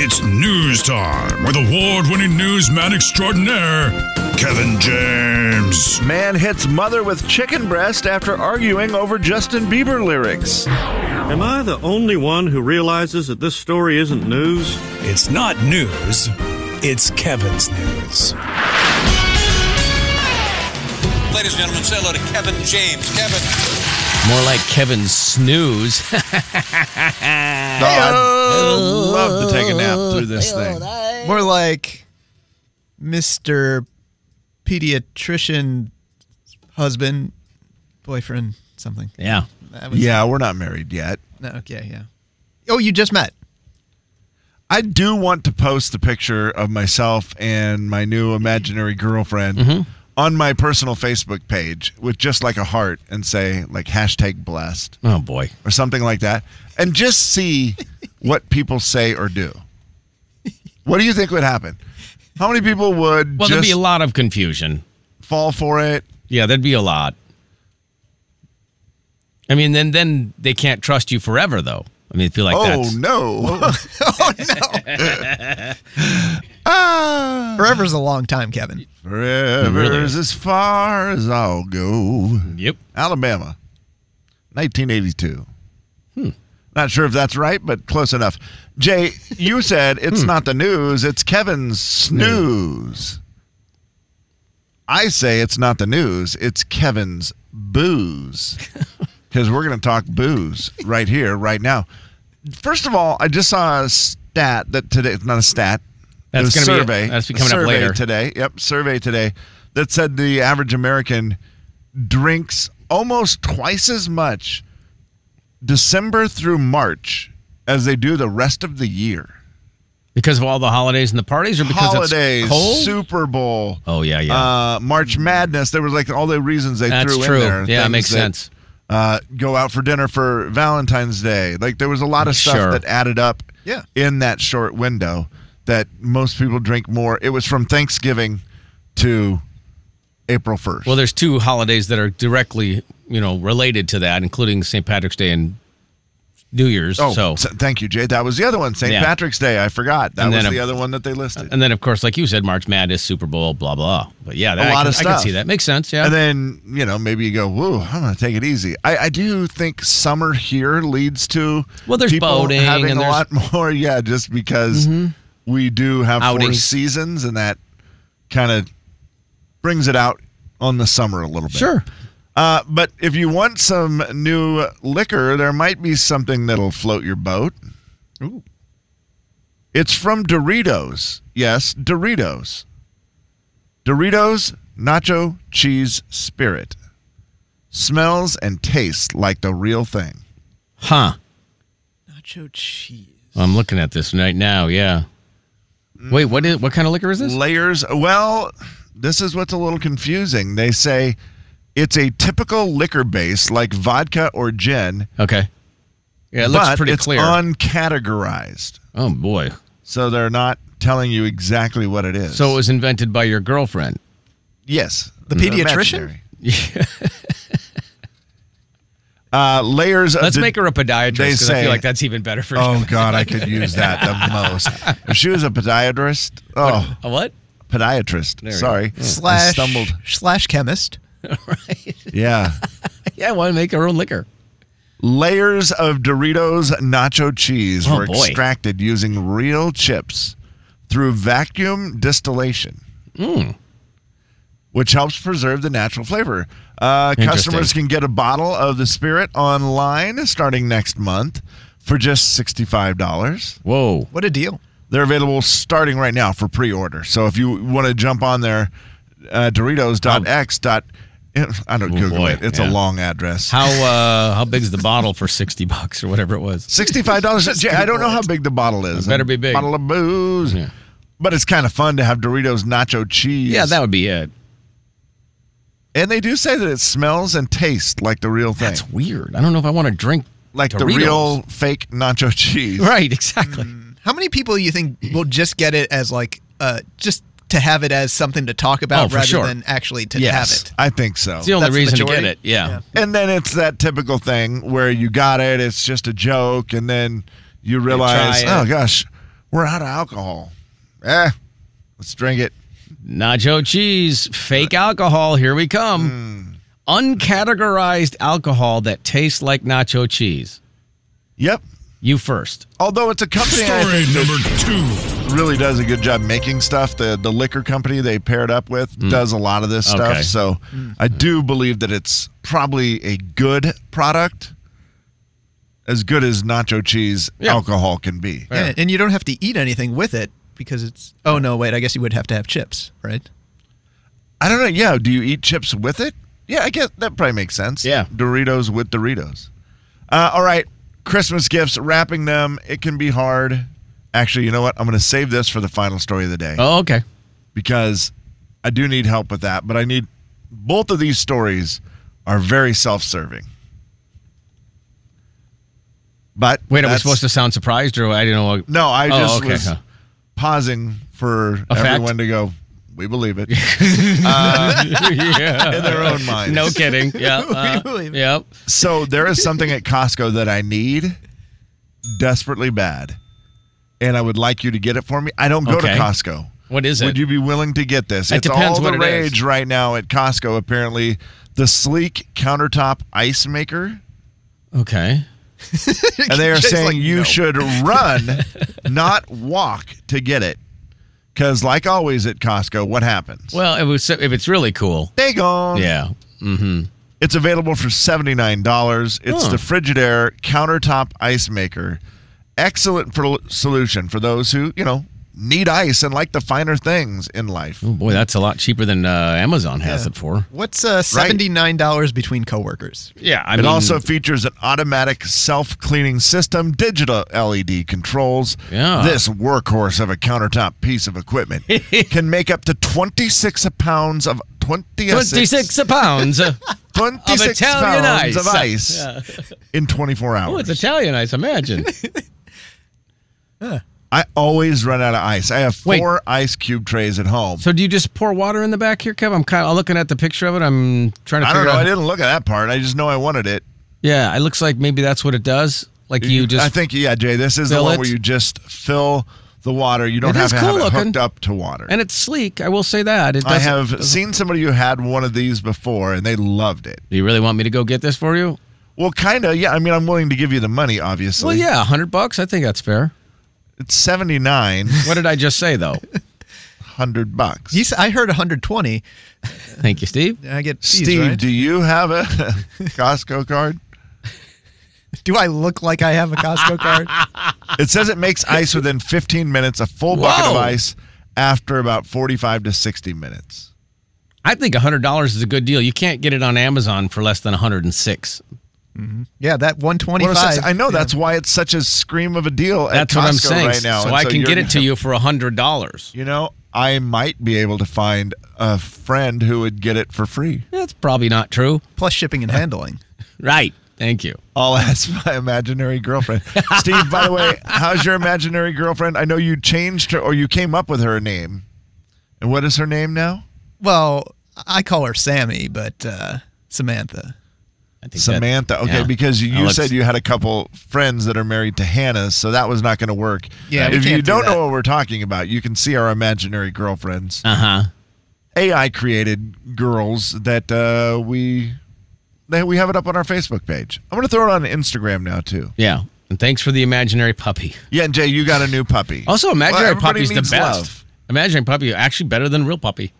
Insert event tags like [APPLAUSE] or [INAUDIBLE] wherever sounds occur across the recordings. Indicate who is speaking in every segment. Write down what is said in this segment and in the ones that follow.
Speaker 1: It's news time with award winning newsman extraordinaire, Kevin James.
Speaker 2: Man hits mother with chicken breast after arguing over Justin Bieber lyrics.
Speaker 3: Am I the only one who realizes that this story isn't news?
Speaker 4: It's not news, it's Kevin's news.
Speaker 5: Ladies and gentlemen, say hello to Kevin James. Kevin.
Speaker 6: More like Kevin snooze. [LAUGHS]
Speaker 7: No, I'd Oh, love to take a nap through this thing.
Speaker 8: More like Mr. Pediatrician husband, boyfriend, something.
Speaker 6: yeah.
Speaker 8: That was,
Speaker 7: Yeah, we're not married yet.
Speaker 8: No, okay, yeah. Oh, you just met.
Speaker 7: I do want to post the picture of myself and my new imaginary girlfriend on my personal Facebook page with just like a heart and say like hashtag blessed
Speaker 6: Oh boy.
Speaker 7: or something like that and just see what people say or do. What do you think would happen? How many people would
Speaker 6: Well, there'd
Speaker 7: just
Speaker 6: be a lot of confusion.
Speaker 7: fall for it?
Speaker 6: Yeah, there'd be a lot. I mean, then then they can't trust you forever, though. I mean, I feel like
Speaker 7: oh
Speaker 6: that's
Speaker 7: no. [LAUGHS]
Speaker 8: Oh, no.
Speaker 7: ah.
Speaker 8: Forever's a long time, Kevin.
Speaker 7: Forever
Speaker 6: Really?
Speaker 7: is as far as I'll go.
Speaker 6: yep.
Speaker 7: Alabama, 1982. Not sure if that's right, but close enough. Jay, you said it's not the news, it's Kevin's snooze. I say it's not the news, it's Kevin's booze.
Speaker 6: [LAUGHS]
Speaker 7: Because we're going to talk booze right here, right now. First of all, I just saw a stat that today, it's not a stat.
Speaker 6: That's
Speaker 7: it was a
Speaker 6: gonna be-
Speaker 7: survey.
Speaker 6: that's be coming up
Speaker 7: survey
Speaker 6: later.
Speaker 7: today. Yep, survey today that said the average American drinks almost twice as much December through March as they do the rest of the year.
Speaker 6: Because of all the holidays and the parties, or because
Speaker 7: Holidays,
Speaker 6: it's cold.
Speaker 7: Super Bowl,
Speaker 6: oh yeah, yeah.
Speaker 7: uh, March Madness. There was like all the reasons they
Speaker 6: That's
Speaker 7: threw
Speaker 6: true.
Speaker 7: in there.
Speaker 6: Yeah, it
Speaker 7: Things
Speaker 6: makes
Speaker 7: that,
Speaker 6: sense.
Speaker 7: Uh, go out for dinner for Valentine's Day. Like there was a lot of stuff
Speaker 6: Sure.
Speaker 7: that added up.
Speaker 8: Yeah.
Speaker 7: in that short window, that most people drink more. It was from Thanksgiving to April first.
Speaker 6: well, there's two holidays that are directly, you know, related to that, including St. Patrick's Day and New Year's.
Speaker 7: Oh,
Speaker 6: so,
Speaker 7: so- thank you, Jay. That was the other one, St.
Speaker 6: Yeah.
Speaker 7: Patrick's Day. I forgot. That
Speaker 6: And
Speaker 7: was
Speaker 6: then
Speaker 7: the
Speaker 6: a-
Speaker 7: other one that they listed.
Speaker 6: and then of course, like you said, March Madness, Super Bowl, blah blah. But yeah, that, I
Speaker 7: lot
Speaker 6: can,
Speaker 7: of
Speaker 6: I
Speaker 7: stuff.
Speaker 6: can see that makes sense. Yeah.
Speaker 7: And then, you know, maybe you go, whoa, I'm going to take it easy. I, I do think summer here leads to
Speaker 6: Well, there's
Speaker 7: people
Speaker 6: boating
Speaker 7: having
Speaker 6: and
Speaker 7: a
Speaker 6: there's- Mm-hmm.
Speaker 7: lot [LAUGHS] more. Yeah, just because we do have four
Speaker 6: Outings.
Speaker 7: seasons and that kind of brings it out on the summer a little bit.
Speaker 6: sure.
Speaker 7: Uh, but if you want some new liquor, there might be something that'll float your boat. Ooh. It's from Doritos. Yes, Doritos. Doritos Nacho Cheese Spirit. Smells and tastes like the real thing.
Speaker 6: Huh.
Speaker 8: Nacho cheese.
Speaker 6: I'm looking at this right now. Yeah.
Speaker 7: Mm.
Speaker 6: Wait, what is what kind of liquor is this?
Speaker 7: Layers. Well, this is what's a little confusing. They say it's a typical liquor base like vodka or gin,
Speaker 6: Okay. Yeah, it looks
Speaker 7: but
Speaker 6: pretty
Speaker 7: it's
Speaker 6: clear.
Speaker 7: uncategorized.
Speaker 6: oh boy.
Speaker 7: So they're not telling you exactly what it is.
Speaker 6: So it was invented by your girlfriend.
Speaker 7: yes,
Speaker 8: The
Speaker 7: Mm.
Speaker 8: pediatrician?
Speaker 7: Imaginary.
Speaker 6: [LAUGHS]
Speaker 7: uh, layers of
Speaker 6: Let's
Speaker 7: the-
Speaker 6: make her a podiatrist
Speaker 7: they
Speaker 6: because I
Speaker 7: say-
Speaker 6: feel like that's even better
Speaker 7: [LAUGHS]
Speaker 6: for
Speaker 7: Oh God, I could use that
Speaker 6: [LAUGHS]
Speaker 7: the most. If she was a podiatrist, oh
Speaker 6: A what? [LAUGHS]
Speaker 7: podiatrist.
Speaker 6: There we go.
Speaker 7: sorry, I
Speaker 8: Slash,
Speaker 7: stumbled.
Speaker 8: slash chemist.
Speaker 7: Yeah,
Speaker 6: Yeah, I want to make her own liquor.
Speaker 7: layers of Doritos nacho cheese
Speaker 6: Oh,
Speaker 7: were
Speaker 6: boy.
Speaker 7: extracted using real chips through vacuum distillation.
Speaker 6: Mm.
Speaker 7: Which helps preserve the natural flavor. Uh, customers
Speaker 6: Interesting.
Speaker 7: can get a bottle of the spirit online starting next month for just $65.
Speaker 6: Whoa.
Speaker 8: What a deal.
Speaker 7: They're available starting right now for pre order. So if you want to jump on there, uh, Doritos.x. Dot, I don't Google
Speaker 6: Oh. boy,
Speaker 7: it. It's a
Speaker 6: yeah.
Speaker 7: long address.
Speaker 6: How uh how big's the bottle for sixty bucks or whatever it was?
Speaker 7: Sixty-five dollars. I don't know how big the bottle is.
Speaker 6: It better be big.
Speaker 7: Bottle of booze.
Speaker 6: Yeah.
Speaker 7: But it's kind of fun to have Doritos nacho cheese.
Speaker 6: Yeah, that would be it.
Speaker 7: and they do say that it smells and tastes like the real thing,
Speaker 6: That's weird. I don't know if I want to drink
Speaker 7: like the
Speaker 6: Doritos.
Speaker 7: real Mm. fake nacho cheese.
Speaker 6: [LAUGHS] Right, exactly.
Speaker 8: How many people you think will just get it as like uh just to have it as something to talk about
Speaker 6: Oh, for
Speaker 8: rather
Speaker 6: sure.
Speaker 8: than actually to
Speaker 7: Yes,
Speaker 8: have it?
Speaker 7: I think so.
Speaker 6: It's the only
Speaker 8: That's the
Speaker 6: reason to
Speaker 8: majority?
Speaker 6: get it. Yeah.
Speaker 8: Yeah.
Speaker 7: And then it's that typical thing where you got it, it's just a joke, and then you realize,
Speaker 6: it.
Speaker 7: oh gosh, We're out of alcohol. Eh, let's drink it.
Speaker 6: Nacho cheese, fake alcohol, here we come.
Speaker 7: Hmm.
Speaker 6: Uncategorized alcohol that tastes like nacho cheese.
Speaker 7: Yep.
Speaker 6: You first.
Speaker 7: Although it's a company I
Speaker 1: Story
Speaker 7: think
Speaker 1: number two.
Speaker 7: really does a good job making stuff. The the liquor company they paired up with does a lot of this stuff.
Speaker 6: Mm. Okay.
Speaker 7: So I do believe that it's probably a good product. As good as nacho cheese
Speaker 6: Yeah.
Speaker 7: alcohol can be.
Speaker 8: Yeah, and you don't have to eat anything with it because it's. Oh no, wait. I guess you would have to have chips, right?
Speaker 7: I don't know. Yeah, do you eat chips with it? Yeah, I guess that probably makes sense.
Speaker 6: Yeah.
Speaker 7: Doritos with Doritos. Uh, all right, Christmas gifts, wrapping them. It can be hard. Actually, you know what? I'm going to save this for the final story of the day
Speaker 6: Oh, okay.
Speaker 7: because I do need help with that. But I need both of these stories are very self-serving. But
Speaker 6: Wait, I was
Speaker 7: that's-
Speaker 6: supposed to sound surprised, or I didn't know.
Speaker 7: [LAUGHS]
Speaker 6: What,
Speaker 7: No, I
Speaker 6: Oh,
Speaker 7: just
Speaker 6: okay,
Speaker 7: was
Speaker 6: huh.
Speaker 7: pausing for
Speaker 6: A fact?
Speaker 7: everyone to go. We believe it
Speaker 6: yeah.
Speaker 7: in their
Speaker 6: [LAUGHS]
Speaker 7: own minds.
Speaker 6: No
Speaker 7: [LAUGHS]
Speaker 6: kidding. Yeah. uh,
Speaker 8: believe it.
Speaker 6: yep.
Speaker 7: So there is something at Costco that I need desperately bad, and I would like you to get it for me. I don't go
Speaker 6: Okay.
Speaker 7: to Costco.
Speaker 6: What is it?
Speaker 7: Would you be willing to get this?
Speaker 6: It
Speaker 7: it's
Speaker 6: depends
Speaker 7: all
Speaker 6: what
Speaker 7: the
Speaker 6: it is.
Speaker 7: rage right now at Costco. Apparently, the sleek countertop ice maker,
Speaker 6: okay.
Speaker 7: and they are
Speaker 8: Jay's
Speaker 7: saying
Speaker 8: like,
Speaker 7: you
Speaker 8: "No."
Speaker 7: should
Speaker 6: [LAUGHS]
Speaker 7: run, not walk, to get it. Because, like always at Costco, what happens?
Speaker 6: Well, it was, if it's really cool.
Speaker 7: they gone.
Speaker 6: Yeah.
Speaker 7: It's available for $79. It's
Speaker 6: Huh.
Speaker 7: the Frigidaire countertop ice maker. Excellent for, solution for those who, you know, need ice and like the finer things in life.
Speaker 6: Oh, boy, that's a lot cheaper than uh, Amazon has it for.
Speaker 8: What's uh, seventy nine dollars between coworkers?
Speaker 6: Yeah. I
Speaker 7: it
Speaker 6: mean,
Speaker 7: also features an automatic self-cleaning system, digital LED controls.
Speaker 6: Yeah.
Speaker 7: This workhorse of a countertop piece of
Speaker 6: [LAUGHS]
Speaker 7: equipment can make up to 26 pounds of 26, [LAUGHS]
Speaker 6: 26 pounds.
Speaker 7: 26
Speaker 6: of Italian
Speaker 7: pounds of
Speaker 6: ice.
Speaker 7: ice in 24 hours.
Speaker 6: oh, it's Italian ice, imagine.
Speaker 7: I always run out of ice. I have
Speaker 6: Wait.
Speaker 7: four ice cube trays at home.
Speaker 6: So do you just pour water in the back here, Kev? I'm kind of looking at the picture of it. I'm trying to
Speaker 7: I don't
Speaker 6: figure
Speaker 7: know.
Speaker 6: out.
Speaker 7: I didn't look at that part. I just know I wanted it.
Speaker 6: Yeah, it looks like maybe that's what it does. Like you just
Speaker 7: I think yeah, Jay. This is the
Speaker 6: fill
Speaker 7: one
Speaker 6: it?
Speaker 7: where you just fill the water. You don't
Speaker 6: It
Speaker 7: have
Speaker 6: is
Speaker 7: to
Speaker 6: cool
Speaker 7: have it
Speaker 6: looking.
Speaker 7: hooked up to water.
Speaker 6: and it's sleek. I will say that. It
Speaker 7: I
Speaker 6: doesn't-
Speaker 7: have seen somebody who had one of these before and they loved it.
Speaker 6: Do you really want me to go get this for you?
Speaker 7: Well, kind of. Yeah. I mean, I'm willing to give you the money, obviously.
Speaker 6: Well, yeah, a hundred bucks. I think that's fair.
Speaker 7: It's 79
Speaker 6: What did I just
Speaker 7: [LAUGHS]
Speaker 6: say though?
Speaker 7: hundred bucks.
Speaker 8: He's, I heard one hundred twenty.
Speaker 6: Thank you, Steve.
Speaker 8: I get fees,
Speaker 7: Steve,
Speaker 8: right?
Speaker 7: do you have a [LAUGHS] Costco card?
Speaker 8: Do I look like I have
Speaker 7: [LAUGHS]
Speaker 8: a Costco card?
Speaker 7: It says it makes ice within 15 minutes, a full bucket of
Speaker 6: Whoa.
Speaker 7: ice after about 45 to 60 minutes.
Speaker 6: I think a hundred dollars is a good deal. You can't get it on Amazon for less than a hundred and six.
Speaker 8: Yeah, that one twenty
Speaker 7: 106.
Speaker 8: five.
Speaker 7: I know that's why it's such a scream of a deal
Speaker 6: That's
Speaker 7: at Costco
Speaker 6: what I'm saying.
Speaker 7: right now.
Speaker 6: so
Speaker 7: And
Speaker 6: I can
Speaker 7: you're
Speaker 6: get
Speaker 7: [LAUGHS]
Speaker 6: it
Speaker 7: gonna-
Speaker 6: to you for a hundred dollars.
Speaker 7: You know, I might be able to find a friend who would get it for free.
Speaker 6: That's probably not true.
Speaker 8: plus shipping and handling.
Speaker 6: Right. Thank you.
Speaker 7: I'll [LAUGHS] ask my imaginary girlfriend. Steve, by the way, how's your imaginary girlfriend? I know you changed her or you came up with her name. And what is her name now?
Speaker 8: Well, I call her Sammy, but uh, Samantha.
Speaker 6: I think that-
Speaker 7: Samantha. Okay,
Speaker 6: yeah.
Speaker 7: because you
Speaker 6: That looks-
Speaker 7: said you had a couple friends that are married to Hannah's, so that was not going to work.
Speaker 8: Yeah, we
Speaker 7: if you
Speaker 8: can't do
Speaker 7: don't
Speaker 8: that.
Speaker 7: know what we're talking about, you can see our imaginary girlfriends,
Speaker 6: Uh-huh.
Speaker 7: AI created girls that uh, we that we have it up on our Facebook page. I'm going to throw it on Instagram now too.
Speaker 6: Yeah. And thanks for the imaginary puppy.
Speaker 7: Yeah, and Jay, you got a new puppy.
Speaker 6: Also, imaginary
Speaker 7: everybody
Speaker 6: puppy's the
Speaker 7: needs
Speaker 6: best.
Speaker 7: love.
Speaker 6: Imaginary puppy actually better than real puppy.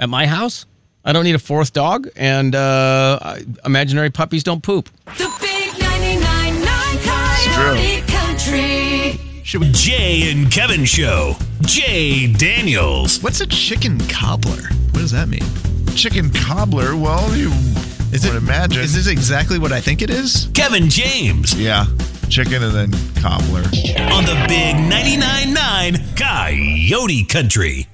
Speaker 6: At my house, I don't need a fourth dog, and uh, I- imaginary puppies don't poop.
Speaker 9: The big 99.9 Coyote Country.
Speaker 4: Should we? Jay and Kevin Show. Jay Daniels.
Speaker 8: What's a chicken cobbler? What does that mean?
Speaker 7: Chicken cobbler. Well, you would imagine.
Speaker 8: Is this exactly what I think it is?
Speaker 4: Kevin James
Speaker 7: yeah, chicken and then cobbler.
Speaker 4: on the big 99.9 9 Coyote Country.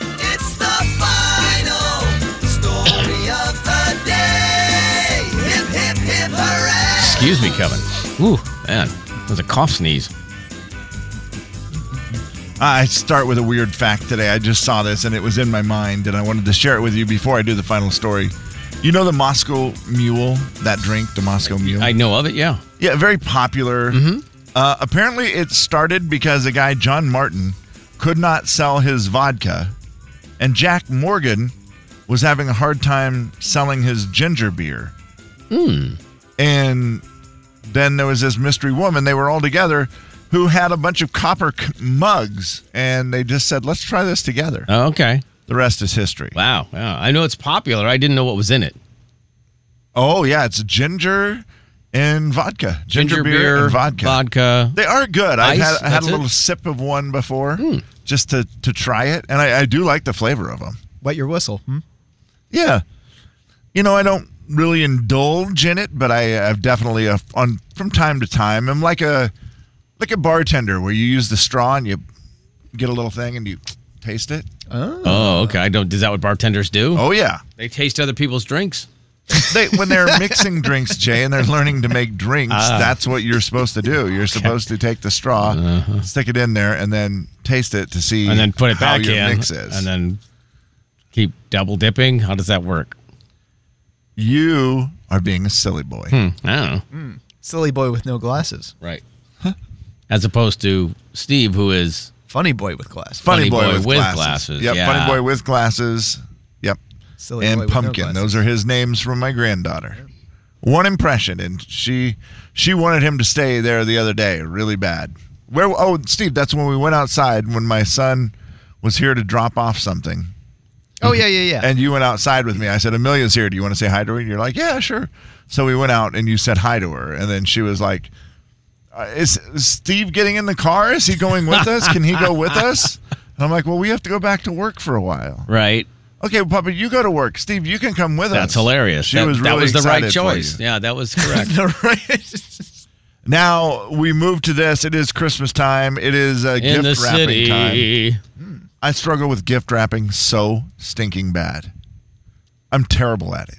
Speaker 10: It's the final story of the day. Hip, hip, hip, hooray!
Speaker 6: Excuse me, Kevin. Ooh, man, that was a cough sneeze.
Speaker 7: I start with a weird fact today. I just saw this and it was in my mind, and I wanted to share it with you before I do the final story. You know the Moscow Mule, that drink, the Moscow Mule?
Speaker 6: I know of it. Yeah.
Speaker 7: yeah, very popular. Uh, apparently, it started because a guy, John Martin, could not sell his vodka, and Jack Morgan was having a hard time selling his ginger beer. Hmm. And then there was this mystery woman. They were all together who had a bunch of copper c- mugs, and they just said, let's try this together.
Speaker 6: Oh, okay.
Speaker 7: The rest is history.
Speaker 6: Wow. wow. I know it's popular. I didn't know what was in it.
Speaker 7: Oh, yeah, it's ginger and vodka. Ginger, beer, and vodka.
Speaker 6: Vodka.
Speaker 7: They are good. I've
Speaker 6: Ice,
Speaker 7: had, I had
Speaker 6: that's
Speaker 7: a
Speaker 6: it? Hmm.
Speaker 7: little sip of one before just to, to try it, and I, I do like the flavor of them.
Speaker 8: Wet your whistle. Hmm?
Speaker 7: Yeah. You know, I don't really indulge in it, but I, I've definitely uh on from time to time. I'm like a like a bartender where you use the straw and you get a little thing and you taste it.
Speaker 6: Oh, okay. I don't. Is that what bartenders do?
Speaker 7: Oh yeah.
Speaker 6: They taste other people's drinks.
Speaker 7: They when
Speaker 6: [LAUGHS]
Speaker 7: they're mixing drinks, Jay, and they're learning to make drinks,
Speaker 6: Ah.
Speaker 7: that's what you're supposed to do. You're supposed to take the straw, stick it in there, and then taste it to see
Speaker 6: Uh-huh. and then put it
Speaker 7: how
Speaker 6: back
Speaker 7: your
Speaker 6: in,
Speaker 7: mix is.
Speaker 6: and then keep double dipping. How does that work?
Speaker 7: you are being a silly boy.
Speaker 6: Hmm. I don't know.
Speaker 8: Silly boy with no glasses.
Speaker 6: Right. As opposed to Steve, who is
Speaker 8: Funny boy with glasses.
Speaker 7: Funny, boy, with, glasses. Yep,
Speaker 6: yeah.
Speaker 7: funny boy with glasses. Yep.
Speaker 8: Silly boy
Speaker 7: and
Speaker 8: with no
Speaker 7: pumpkin.
Speaker 8: glasses.
Speaker 7: Those are his names from my granddaughter. One impression, and she she wanted him to stay there the other day, really bad. Where? Oh, Steve, that's when we went outside when my son was here to drop off something,
Speaker 8: Oh yeah, yeah, yeah.
Speaker 7: and you went outside with me. I said, "Amelia's here. Do you want to say hi to her?" And you're like, "Yeah, sure." So we went out, and you said hi to her, and then she was like. "Uh, Is is Steve getting in the car? Is he going with us? Can he go with us? And I'm like, well, we have to go back to work for a while.
Speaker 6: right.
Speaker 7: Okay, well, Papa, you go to work. Steve, you can come with us.
Speaker 6: That's hilarious.
Speaker 7: She
Speaker 6: that,
Speaker 7: was really
Speaker 6: that was the right
Speaker 7: excited for
Speaker 6: choice.
Speaker 7: you.
Speaker 6: Yeah, that was correct.
Speaker 7: [LAUGHS]
Speaker 8: [LAUGHS]
Speaker 7: Now we move to this. It is Christmas time. It is uh,
Speaker 6: In
Speaker 7: gift
Speaker 6: the
Speaker 7: wrapping time.
Speaker 6: city.
Speaker 7: I struggle with gift wrapping so stinking bad. I'm terrible at it.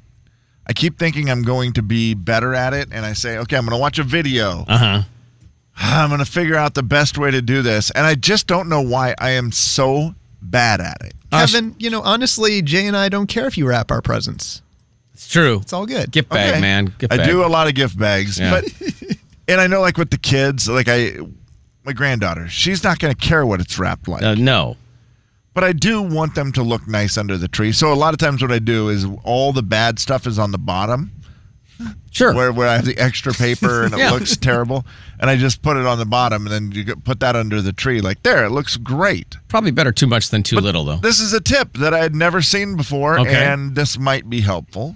Speaker 7: I keep thinking I'm going to be better at it, and I say, okay, I'm going to watch a video.
Speaker 6: Uh huh.
Speaker 7: [SIGHS] I'm going to figure out the best way to do this, and I just don't know why I am so bad at it.
Speaker 8: Kevin, you know, honestly, Jay and I don't care if you wrap our presents.
Speaker 6: It's true.
Speaker 8: It's all good.
Speaker 6: Gift bag,
Speaker 7: Okay.
Speaker 6: man. Gift
Speaker 7: I
Speaker 6: bag.
Speaker 7: do a lot of gift bags,
Speaker 6: Yeah.
Speaker 7: but and I know like with the kids, like I my granddaughter, she's not going to care what it's wrapped like.
Speaker 6: Uh, no.
Speaker 7: but I do want them to look nice under the tree. So a lot of times what I do is all the bad stuff is on the bottom
Speaker 6: Sure.
Speaker 7: where where I have the extra paper
Speaker 6: [LAUGHS]
Speaker 7: and it
Speaker 6: Yeah.
Speaker 7: looks terrible and I just put it on the bottom and then you get- put that under the tree like there, it looks great.
Speaker 6: Probably better too much than too little, though.
Speaker 7: This is a tip that I had never seen before,
Speaker 6: Okay.
Speaker 7: and this might be helpful.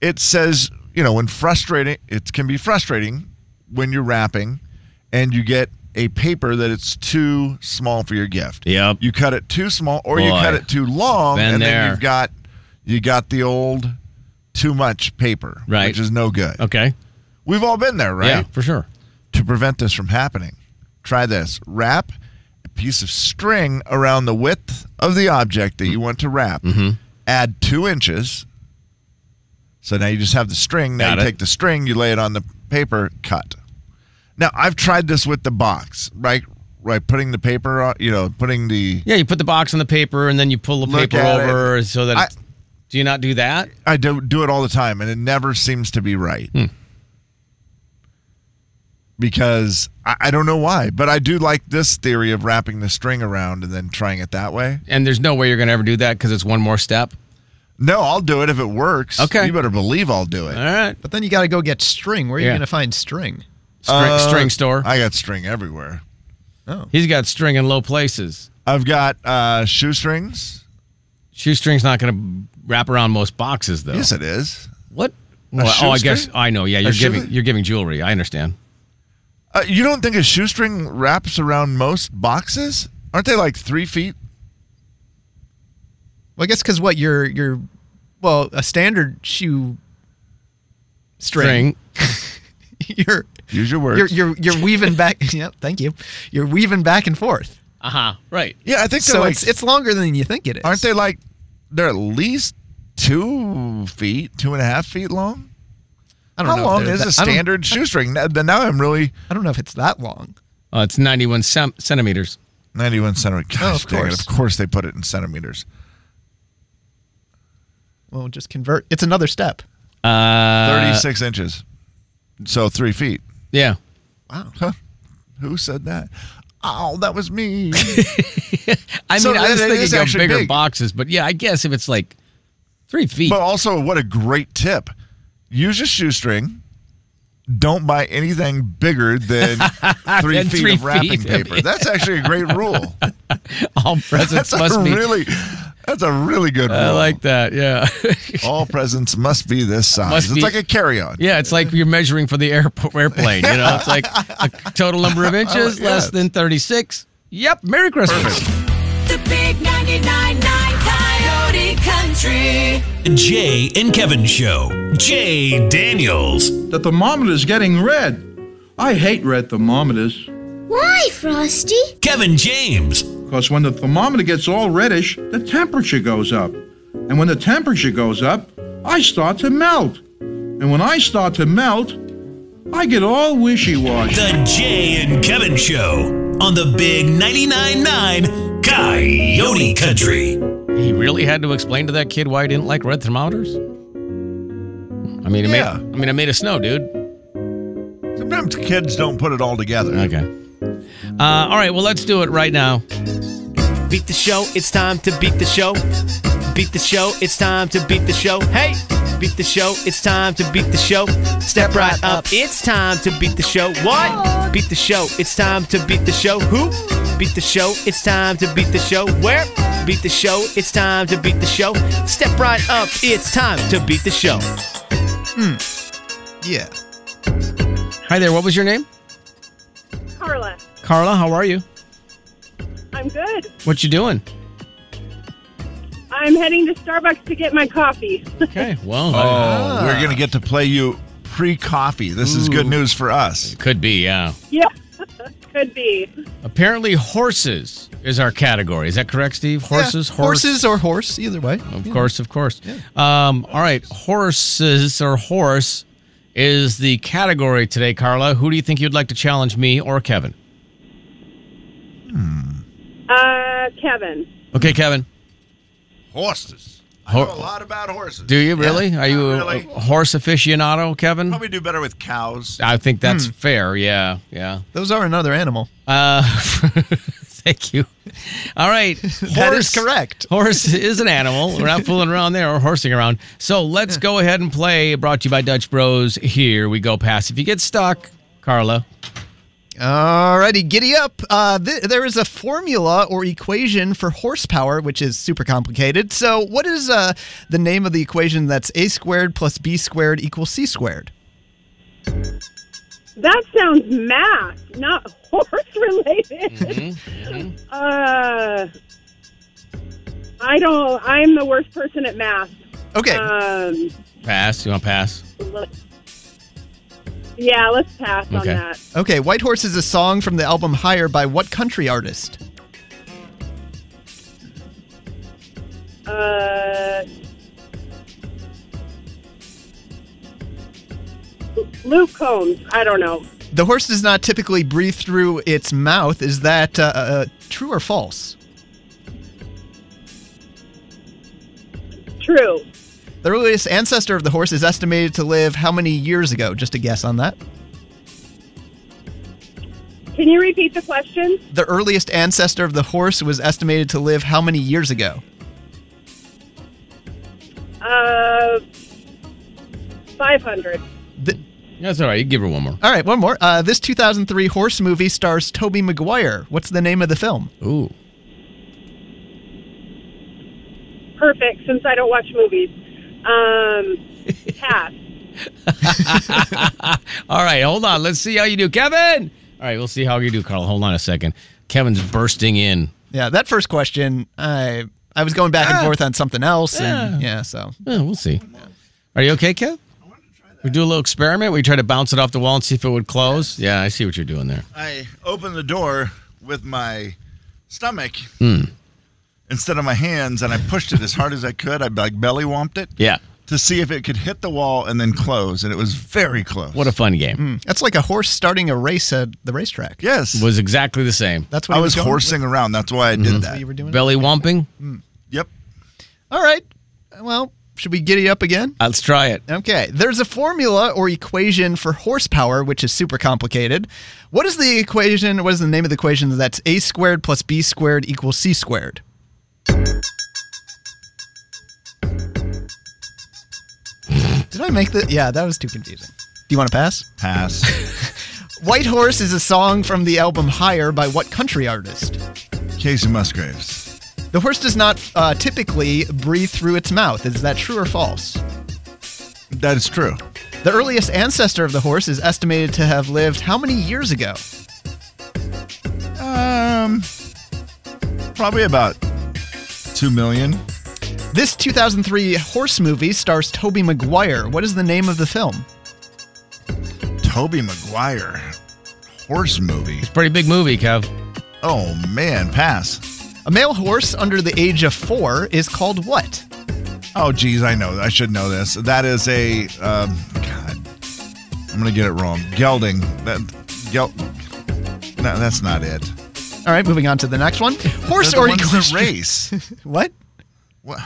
Speaker 7: It says, you know, when frustrating, it can be frustrating when you're wrapping and you get a paper that it's too small for your gift.
Speaker 6: Yep.
Speaker 7: You cut it too small or you
Speaker 6: Boy.
Speaker 7: cut it too long,
Speaker 6: Been
Speaker 7: and
Speaker 6: there.
Speaker 7: then you've got you got the old too much paper,
Speaker 6: Right.
Speaker 7: which is no good.
Speaker 6: Okay.
Speaker 7: We've all been there, right?
Speaker 6: Yeah, for sure.
Speaker 7: to prevent this from happening. Try this. Wrap a piece of string around the width of the object that you want to wrap.
Speaker 6: Mm-hmm.
Speaker 7: Add two inches. So now you just have the string. Now
Speaker 6: Got
Speaker 7: you
Speaker 6: it.
Speaker 7: take the string, you lay it on the paper, cut. Now I've tried this with the box, right? Right, putting the paper on, you know, putting the.
Speaker 6: Yeah, you put the box on the paper and then you pull the
Speaker 7: Look
Speaker 6: paper
Speaker 7: at it.
Speaker 6: over so that.
Speaker 7: I-
Speaker 6: it's- do you not do that?
Speaker 7: I do, do it all the time, and it never seems to be right.
Speaker 8: Hmm.
Speaker 7: Because I, I don't know why, but I do like this theory of wrapping the string around and then trying it that way.
Speaker 6: And there's no way you're going to ever do that because it's one more step.
Speaker 7: No, I'll do it if it works.
Speaker 6: Okay.
Speaker 7: You better believe I'll do it.
Speaker 6: All right.
Speaker 8: But then you got to go get string. Where are you
Speaker 6: Yeah.
Speaker 8: going to find string?
Speaker 6: String,
Speaker 7: Uh,
Speaker 6: string store.
Speaker 7: I got string everywhere.
Speaker 8: Oh.
Speaker 6: He's got string in low places.
Speaker 7: I've got uh, shoestrings.
Speaker 6: Shoestring's not going to wrap around most boxes,
Speaker 8: Oh.
Speaker 6: though.
Speaker 7: Yes, it is.
Speaker 6: What? Well, oh, I guess
Speaker 7: shoestring?
Speaker 6: I know. Yeah, you're
Speaker 7: shoe-
Speaker 6: giving you're giving jewelry. I understand.
Speaker 7: Uh, you don't think a shoestring wraps around most boxes? Aren't they like three feet?
Speaker 8: Well, I guess because what your your well a standard shoe string. [LAUGHS] you're
Speaker 7: Use your words.
Speaker 8: you're you're you're weaving back. [LAUGHS] yep, thank you. You're weaving back and forth.
Speaker 6: Uh huh. Right.
Speaker 7: yeah, I think they're
Speaker 8: So
Speaker 7: like
Speaker 8: it's it's longer than you think it is.
Speaker 7: Aren't they like they're at least two feet, two and a half feet long?
Speaker 8: I don't
Speaker 7: How
Speaker 8: know if
Speaker 7: long
Speaker 8: they're
Speaker 7: is
Speaker 8: that-
Speaker 7: a
Speaker 8: I don't-
Speaker 7: standard shoestring? Now, then now I'm really
Speaker 8: I don't know if it's that long.
Speaker 6: Uh, it's 91 cent- centimeters.
Speaker 7: 91 centimeters. Gosh,
Speaker 8: Oh, of
Speaker 7: dang it,
Speaker 8: course.
Speaker 7: of course they put it in centimeters.
Speaker 8: Well, just convert. It's another step.
Speaker 6: Uh,
Speaker 7: 36 inches, so three feet.
Speaker 6: Yeah.
Speaker 8: Wow.
Speaker 7: Who said that? Oh, that was
Speaker 6: [LAUGHS]
Speaker 7: me.
Speaker 6: I mean,
Speaker 7: So
Speaker 6: I
Speaker 7: it- it is
Speaker 6: was thinking of
Speaker 7: actually
Speaker 6: bigger
Speaker 7: big.
Speaker 6: boxes, but yeah, I guess if it's like three feet, [LAUGHS]
Speaker 7: but also, what a great tip. Use a shoestring. Don't buy anything bigger
Speaker 6: [LAUGHS]
Speaker 7: than three
Speaker 6: Than
Speaker 7: feet
Speaker 6: three
Speaker 7: of wrapping
Speaker 6: feet. [LAUGHS]
Speaker 7: paper. That's actually a great rule.
Speaker 6: all presents
Speaker 7: That's a
Speaker 6: must be.
Speaker 7: really, that's a really good rule.
Speaker 6: I like that. Yeah, [LAUGHS]
Speaker 7: All presents must be this size.
Speaker 6: Must
Speaker 7: it's
Speaker 6: be-
Speaker 7: like a carry-on.
Speaker 6: yeah. It's like you're measuring for the airport [LAUGHS] airplane. You know, it's like a total number
Speaker 7: [LAUGHS]
Speaker 6: of inches less
Speaker 7: Oh, Yes.
Speaker 6: than thirty six. Yep. Merry Christmas.
Speaker 9: The big 99.9 Coyote Country.
Speaker 4: Jay and Kevin Show. Jay Daniels.
Speaker 10: The thermometer's getting red. I hate red thermometers,
Speaker 11: Why, Frosty?
Speaker 4: Kevin James.
Speaker 10: because when the thermometer gets all reddish, the temperature goes up. And when the temperature goes up, I start to melt. And when I start to melt, I get all wishy washy.
Speaker 4: The Jay and Kevin Show on the Big 99.9 9 Coyote Country.
Speaker 6: He really had to explain to that kid why he didn't like red thermometers. I mean, it
Speaker 7: Yeah.
Speaker 6: made. I mean, it made of snow, dude.
Speaker 7: Sometimes kids don't put it all together.
Speaker 6: Okay. Uh, all right. Well, let's do it right now.
Speaker 12: Beat the show, it's time to beat the show. Beat the show, it's time to beat the show. Hey! Beat the show, it's time to beat the show. Step right up, it's time to beat the show. What? Beat the show, it's time to beat the show. Who? Beat the show, it's time to beat the show. Where? Beat the show, it's time to beat the show. Step right up, it's time to beat the show.
Speaker 8: Yeah.
Speaker 6: Hi there. What was your name?
Speaker 13: Carla,
Speaker 6: Carla. How are you?
Speaker 13: I'm good.
Speaker 6: What you doing?
Speaker 13: I'm heading to Starbucks to get my coffee. [LAUGHS]
Speaker 6: Okay. Well, uh,
Speaker 7: Oh, we're gonna get to play you pre-coffee. This is good news for us.
Speaker 6: could be. Yeah.
Speaker 13: yeah, [LAUGHS] could be.
Speaker 6: Apparently, horses is our category. Is that correct, Steve? Horses,
Speaker 8: Yeah,
Speaker 6: horse-
Speaker 8: horses or horse, either way.
Speaker 6: Of course, of course. Um, all right, horses or horse is the category today, Carla. Who do you think you'd like to challenge, me or Kevin?
Speaker 13: Uh, Kevin,
Speaker 6: Okay, Kevin.
Speaker 7: Horses. I know a
Speaker 6: Hor-
Speaker 7: lot about horses.
Speaker 6: do you really?
Speaker 7: Yeah,
Speaker 6: Are you a,
Speaker 7: really?
Speaker 6: a horse aficionado, Kevin?
Speaker 7: Probably do better with cows.
Speaker 6: I think
Speaker 8: Hmm.
Speaker 6: that's fair. Yeah, yeah.
Speaker 8: Those are another animal.
Speaker 6: Uh, [LAUGHS] thank you. All right,
Speaker 8: That
Speaker 6: horse-
Speaker 8: is correct.
Speaker 6: Horse is an animal. We're not fooling around there or horsing around. So let's go ahead and play. Brought to you by Dutch Bros. Here we go. Pass. If you get stuck, Carla.
Speaker 8: Alrighty, giddy up. Uh, th- there is a formula or equation for horsepower, which is super complicated. So, what is uh, the name of the equation that's a squared plus b squared equals c squared?
Speaker 13: that sounds math, not horse related. [LAUGHS] Uh, I don't. I'm the worst person at math.
Speaker 8: Okay.
Speaker 13: Um,
Speaker 6: Pass. You want to pass?
Speaker 13: let- yeah, let's pass on
Speaker 6: Okay.
Speaker 13: that.
Speaker 8: okay. White Horse is a song from the album Higher by what country artist?
Speaker 13: Uh, Luke Combs. I don't know.
Speaker 8: The horse does not typically breathe through its mouth. Is that uh, uh, true or false?
Speaker 13: True.
Speaker 8: The earliest ancestor of the horse is estimated to live how many years ago? Just a guess on that.
Speaker 13: Can you repeat the question?
Speaker 8: The earliest ancestor of the horse was estimated to live how many years ago?
Speaker 13: Uh, 500.
Speaker 8: Th-
Speaker 6: That's all right. You give her one more.
Speaker 8: all right, one more. Uh, this 2003 horse movie stars Toby Maguire. What's the name of the film?
Speaker 6: Ooh.
Speaker 13: Perfect, since I don't watch movies.
Speaker 6: [LAUGHS]
Speaker 13: Um, pass.
Speaker 6: All right. Hold on. Let's see how you do, Kevin. All right. We'll see how you do, Carla. Hold on a second. Kevin's bursting in.
Speaker 8: Yeah, that first question, I I was going
Speaker 7: Ah.
Speaker 8: back and forth on something else, and yeah, so
Speaker 6: Yeah, Eh, we'll see. Are you okay, Kev? We do a little experiment. We try to bounce it off the wall and see if it would close. Yeah, I see what you're doing there.
Speaker 7: I open the door with my stomach
Speaker 6: Hmm.
Speaker 7: instead of my hands, and I pushed it as hard as I could. I like belly womped it
Speaker 6: Yeah.
Speaker 7: to see if it could hit the wall and then close, and it was very close.
Speaker 6: What a fun game.
Speaker 8: hmm. that's like a horse starting a race at the racetrack.
Speaker 7: yes.
Speaker 6: Was exactly the same.
Speaker 8: that's what
Speaker 7: I
Speaker 8: he
Speaker 7: was
Speaker 8: going with.
Speaker 7: horsing
Speaker 6: Mm-hmm.
Speaker 7: around. That's why I did
Speaker 8: That's what
Speaker 7: that.
Speaker 8: you were doing.
Speaker 6: Belly whumping.
Speaker 7: Yep.
Speaker 8: All right, well, Should we giddy up again?
Speaker 6: Let's try it.
Speaker 8: Okay. There's a formula or equation for horsepower, which is super complicated. What is the equation? What is the name of the equation that's a squared plus b squared equals c squared? Did I make that? Yeah, that was too confusing. Do you want to pass?
Speaker 7: Pass.
Speaker 8: White Horse is a song from the album Higher by what country artist?
Speaker 7: Casey Musgraves.
Speaker 8: The horse does not uh, typically breathe through its mouth. Is that true or false?
Speaker 7: That is true.
Speaker 8: The earliest ancestor of the horse is estimated to have lived how many years ago?
Speaker 7: Um, probably about two million.
Speaker 8: This 2003 horse movie stars Toby Maguire. What is the name of the film?
Speaker 7: Toby Maguire. Horse movie. It's a
Speaker 6: pretty big movie, Kev.
Speaker 7: Oh man, pass.
Speaker 8: A male horse under the age of four is called what?
Speaker 7: Oh geez, I know. I should know this. That is a um, God. I'm gonna get it wrong. Gelding. That gel. No, that's not it.
Speaker 8: All right, moving on to the next one. Horse
Speaker 7: They're
Speaker 8: or
Speaker 7: the ones that
Speaker 8: equestrian?
Speaker 7: race.
Speaker 8: [LAUGHS] what?
Speaker 7: What?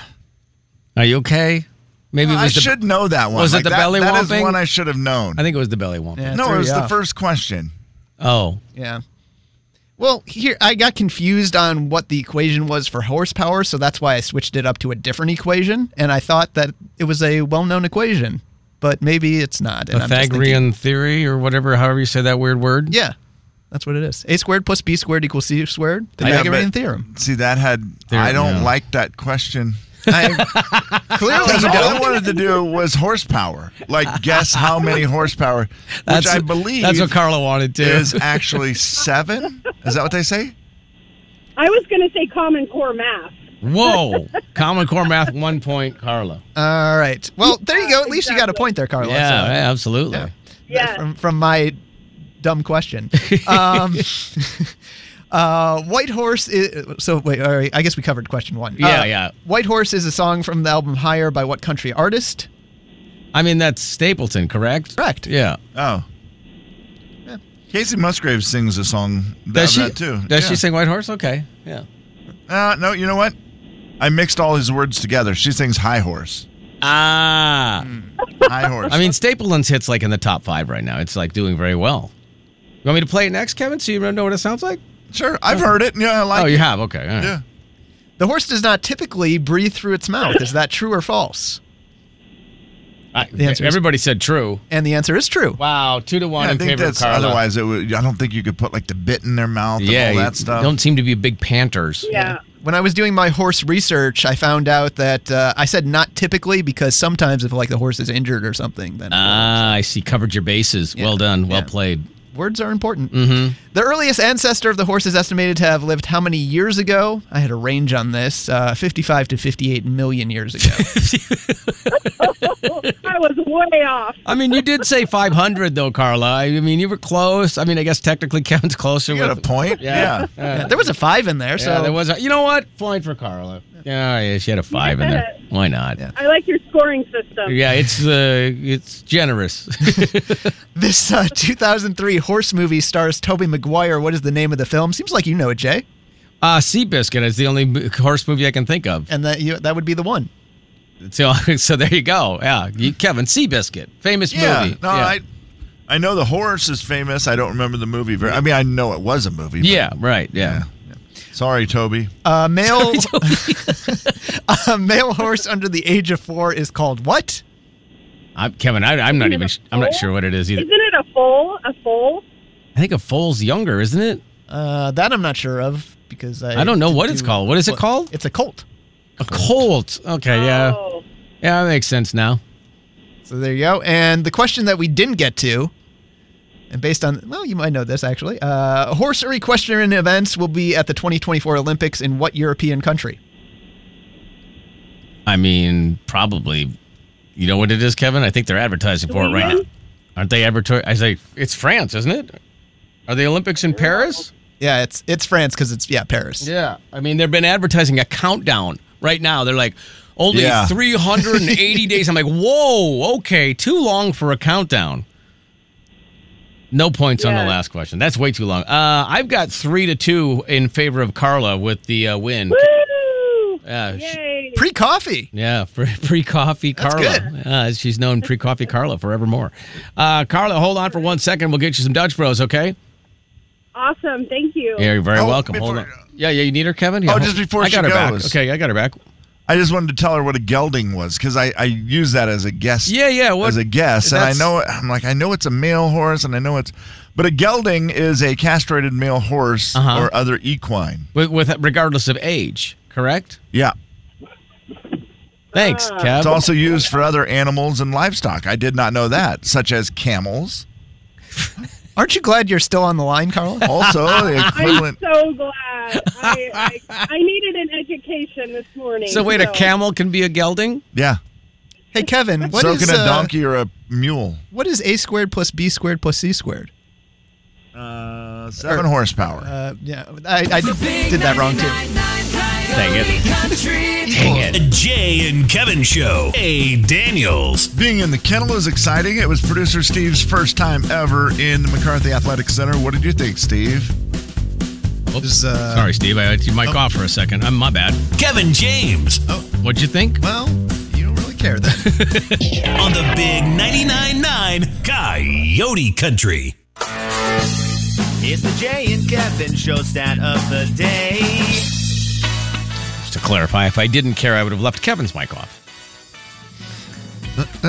Speaker 6: Are you okay? Maybe it
Speaker 7: I
Speaker 6: was the,
Speaker 7: should know that one.
Speaker 6: Was it
Speaker 7: Like,
Speaker 6: the
Speaker 7: that,
Speaker 6: belly
Speaker 7: That is
Speaker 6: whumping?
Speaker 7: one I should have known.
Speaker 6: I think it was the belly one.
Speaker 8: Yeah,
Speaker 7: no,
Speaker 8: threw
Speaker 7: it was
Speaker 8: you
Speaker 7: the
Speaker 8: off.
Speaker 7: first question.
Speaker 6: Oh,
Speaker 8: Yeah. Well, here I got confused on what the equation was for horsepower, so that's why I switched it up to a different equation, and I thought that it was a well-known equation, but maybe it's not. And I'm just thinking-
Speaker 6: Pythagorean theory or whatever, however you say that weird word.
Speaker 8: yeah, that's what it is. A squared plus b squared equals c squared. The
Speaker 7: Yeah,
Speaker 8: Pythagorean
Speaker 7: but-
Speaker 10: [LAUGHS]
Speaker 8: theorem.
Speaker 7: See, that had.
Speaker 6: Theorem,
Speaker 7: I don't
Speaker 6: yeah.
Speaker 7: like that
Speaker 6: [LAUGHS]
Speaker 7: question. I,
Speaker 8: Clearly,
Speaker 7: because
Speaker 8: you
Speaker 7: all I
Speaker 8: don't.
Speaker 7: wanted to do was horsepower. Like, guess how many horsepower, which
Speaker 6: That's-
Speaker 7: I believe
Speaker 6: That's what Carla wanted to.
Speaker 7: is actually seven. Is that what they say?
Speaker 13: I was going to say Common Core math.
Speaker 6: [LAUGHS] Whoa. Common Core Math, one point,
Speaker 7: [LAUGHS]
Speaker 6: Carla.
Speaker 8: [LAUGHS] All right. Well, there you go. At least you got a point there, Carla.
Speaker 6: yeah,
Speaker 8: So-
Speaker 6: yeah, absolutely.
Speaker 8: Yeah.
Speaker 13: Yeah.
Speaker 8: from, from my
Speaker 6: [LAUGHS]
Speaker 8: dumb question. Um, [LAUGHS] uh, White Horse. Is, so wait, all right, I guess we covered question one.
Speaker 6: Yeah,
Speaker 8: Uh,
Speaker 6: yeah.
Speaker 8: White Horse is a song from the album Higher by what country artist?
Speaker 6: I mean, that's Stapleton, correct?
Speaker 8: Correct.
Speaker 6: Yeah.
Speaker 7: Oh. Casey Musgraves sings a song that,
Speaker 6: Does she?
Speaker 7: that too.
Speaker 6: Does
Speaker 7: Yeah.
Speaker 6: she sing White Horse? Okay. Yeah.
Speaker 7: Uh, no, you know what? I mixed all his words together. She sings high horse.
Speaker 6: Ah.
Speaker 7: Hmm. High
Speaker 6: [LAUGHS]
Speaker 7: horse.
Speaker 6: I mean, Stapleton's hits like in the top five right now. It's like doing very well. You want me to play it next, Kevin, so you know what it sounds like?
Speaker 7: sure. I've heard it. Yeah, I like
Speaker 6: oh,
Speaker 7: it.
Speaker 6: you have? Okay. all right.
Speaker 7: Yeah.
Speaker 8: The horse does not typically breathe through its mouth. Is that true or false?
Speaker 6: I-
Speaker 8: The answer is-
Speaker 6: everybody said true.
Speaker 8: And the answer is true.
Speaker 6: Wow, two to one
Speaker 7: Yeah, I
Speaker 6: in
Speaker 7: think
Speaker 6: favor of
Speaker 7: that's
Speaker 6: Carla.
Speaker 7: otherwise it would, I don't think you could put like the bit in their mouth
Speaker 6: yeah,
Speaker 7: and
Speaker 6: you
Speaker 7: all that stuff.
Speaker 6: don't seem to be big panters.
Speaker 13: Yeah.
Speaker 8: When I was doing my horse research, I found out that uh, I said not typically because sometimes if like the horse is injured or something, then
Speaker 6: Ah, I see. Covered your bases. Well done. Well
Speaker 8: Yeah.
Speaker 6: played.
Speaker 8: words are important.
Speaker 6: Mm-hmm.
Speaker 8: The earliest ancestor of the horse is estimated to have lived how many years ago? I had a range on this uh, 55 to 58 million
Speaker 6: [LAUGHS]
Speaker 8: years ago. [LAUGHS]
Speaker 13: I was way off.
Speaker 6: I mean, you did say 500 though, Carla. I mean, you were close. I mean, I guess technically [LAUGHS] Kevin's closer.
Speaker 7: You got a
Speaker 6: with,
Speaker 7: point?
Speaker 6: Yeah. Uh,
Speaker 8: Yeah, there was a five in there, so
Speaker 6: yeah, there was. A, you know what? Point for Carla. Yeah, yeah, she had a five in there. Why not? Yeah,
Speaker 13: I like your scoring system.
Speaker 6: it's uh, it's generous. [LAUGHS]
Speaker 8: this uh, 2003 horse movie stars Toby Maguire. What is the name of the film? Seems like you know it, Jay.
Speaker 6: uh, Seabiscuit is the only mo- horse movie I can think of.
Speaker 8: And that you, that would be the one.
Speaker 6: So, [LAUGHS] so there you go. Yeah, you, Kevin Seabiscuit, famous
Speaker 7: Yeah.
Speaker 6: movie.
Speaker 7: No, I I know the horse is famous. I don't remember the movie very I mean I know it was a movie. but-
Speaker 6: yeah, right. Yeah.
Speaker 7: Sorry, Toby.
Speaker 8: A Uh, male, [LAUGHS] a male horse under the age of four is called what?
Speaker 6: I'm, Kevin, I, I'm not even. sh- I'm not sure what it is either.
Speaker 13: Isn't it a foal? A foal?
Speaker 6: I think a foal's younger, isn't it?
Speaker 8: Uh, that I'm not sure of because I,
Speaker 6: I don't know
Speaker 8: didn't
Speaker 6: what it's
Speaker 8: do-
Speaker 6: called. What is it called?
Speaker 8: It's a colt.
Speaker 6: A colt. Okay. Yeah.
Speaker 13: Oh.
Speaker 6: Yeah, that makes sense now.
Speaker 8: So there you go. And the question that we didn't get to, and based on, well, you might know this actually, uh, horse or equestrian events will be at the 2024 Olympics in what European country?
Speaker 6: I mean, probably. You know what it is, Kevin? I think they're advertising for it right now.
Speaker 13: Sweden?
Speaker 6: Aren't they advertising? I say it's France, isn't it? Are the Olympics in Paris?
Speaker 8: Yeah, it's it's France because it's yeah Paris.
Speaker 6: Yeah. I mean, they've been advertising a countdown right now. They're like only
Speaker 7: Yeah. [LAUGHS]
Speaker 6: 380 days. I'm like, whoa, okay, too long for a countdown. No points on the
Speaker 13: Yeah.
Speaker 6: last question. That's way too long. Uh, I've got three to two in favor of Carla with the uh, win.
Speaker 13: Woo!
Speaker 6: Yeah, she-
Speaker 13: Yay.
Speaker 8: pre coffee.
Speaker 6: Yeah, [LAUGHS] pre coffee Carla. Uh, she's known pre coffee Carla forevermore. Uh, Carla, hold on for one second. We'll get you some Dutch Bros, okay?
Speaker 13: Awesome. Thank you.
Speaker 6: Yeah, you're very welcome. Hold on. Yeah, yeah, you need her, Kevin? Yeah,
Speaker 7: oh,
Speaker 6: hold-
Speaker 7: just before
Speaker 6: I
Speaker 7: she
Speaker 6: got her back.
Speaker 7: goes.
Speaker 6: Okay, I got her back.
Speaker 7: I just wanted to tell her what a gelding was because I, I use that as a guess.
Speaker 6: Yeah, yeah. What,
Speaker 7: as a guess, and I
Speaker 6: that's-
Speaker 7: know it- I'm like I know it's a male horse, and I know it's, but a gelding is a castrated male horse
Speaker 6: Uh-huh.
Speaker 7: or other equine.
Speaker 6: With, with regardless of age, correct?
Speaker 7: Yeah.
Speaker 6: Thanks, Kev.
Speaker 7: It's also used for other animals and livestock. I did not know that, such as camels.
Speaker 8: Aren't you glad you're still on the line,
Speaker 6: [LAUGHS]
Speaker 8: Carla?
Speaker 7: Also, the equivalent.
Speaker 13: I'm so glad. I, I,
Speaker 6: [LAUGHS]
Speaker 13: I needed an education this morning.
Speaker 6: So, wait, a camel can be a gelding?
Speaker 7: Yeah.
Speaker 8: Hey, Kevin, what
Speaker 7: so
Speaker 8: is,
Speaker 7: can a
Speaker 8: uh,
Speaker 7: donkey or a mule?
Speaker 8: what is a squared plus b squared plus c squared?
Speaker 7: Uh,
Speaker 6: er,
Speaker 7: seven horsepower.
Speaker 8: Uh, yeah, I, I did that wrong too.
Speaker 6: Dang
Speaker 9: it.
Speaker 4: The Jay and Kevin Show. Hey, Daniels.
Speaker 7: Being in the kennel is exciting. It was producer Steve's first time ever in the McCarthy Athletic Center. What did you think, Steve?
Speaker 8: Oops.
Speaker 7: Uh,
Speaker 6: Sorry, Steve. I let you
Speaker 7: oh.
Speaker 6: mic off for a second. I'm my bad.
Speaker 4: Kevin James.
Speaker 6: What'd
Speaker 7: [LAUGHS]
Speaker 6: you think?
Speaker 8: Well, you don't really care then.
Speaker 4: On the big 99.9 Coyote Country.
Speaker 12: It's the Jay and Kevin show stat of the day.
Speaker 6: Just to clarify, if I didn't care, I would have left Kevin's mic off.
Speaker 7: Uh,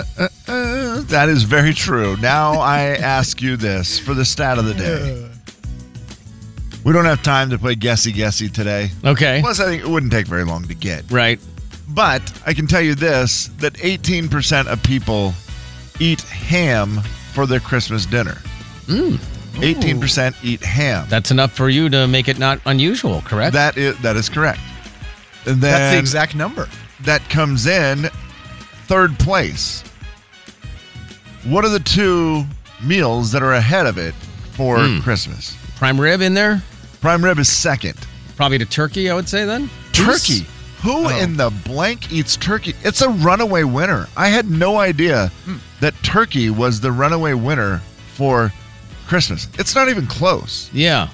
Speaker 7: that is very true. Now I ask you this for the stat of the day. We don't have time to play guessy guessy today.
Speaker 6: Okay.
Speaker 7: Plus, I think it wouldn't take very long to get.
Speaker 6: Right.
Speaker 7: But I can tell you this that 18% of people eat ham for their Christmas dinner.
Speaker 8: Mm.
Speaker 7: 18% eat ham.
Speaker 6: That's enough for you to make it not unusual, correct?
Speaker 7: That is that is correct. And then
Speaker 8: That's the exact number.
Speaker 7: that comes in third place. What are the two meals that are ahead of it for
Speaker 6: Hmm.
Speaker 7: Christmas?
Speaker 6: Prime rib in there?
Speaker 7: Prime rib is second.
Speaker 6: Probably to turkey, I would say then.
Speaker 7: Turkey.
Speaker 6: Oh.
Speaker 7: Who in the blank eats turkey? It's a runaway winner. I had no idea
Speaker 6: Hmm.
Speaker 7: that turkey was the runaway winner for Christmas. It's not even close.
Speaker 6: Yeah.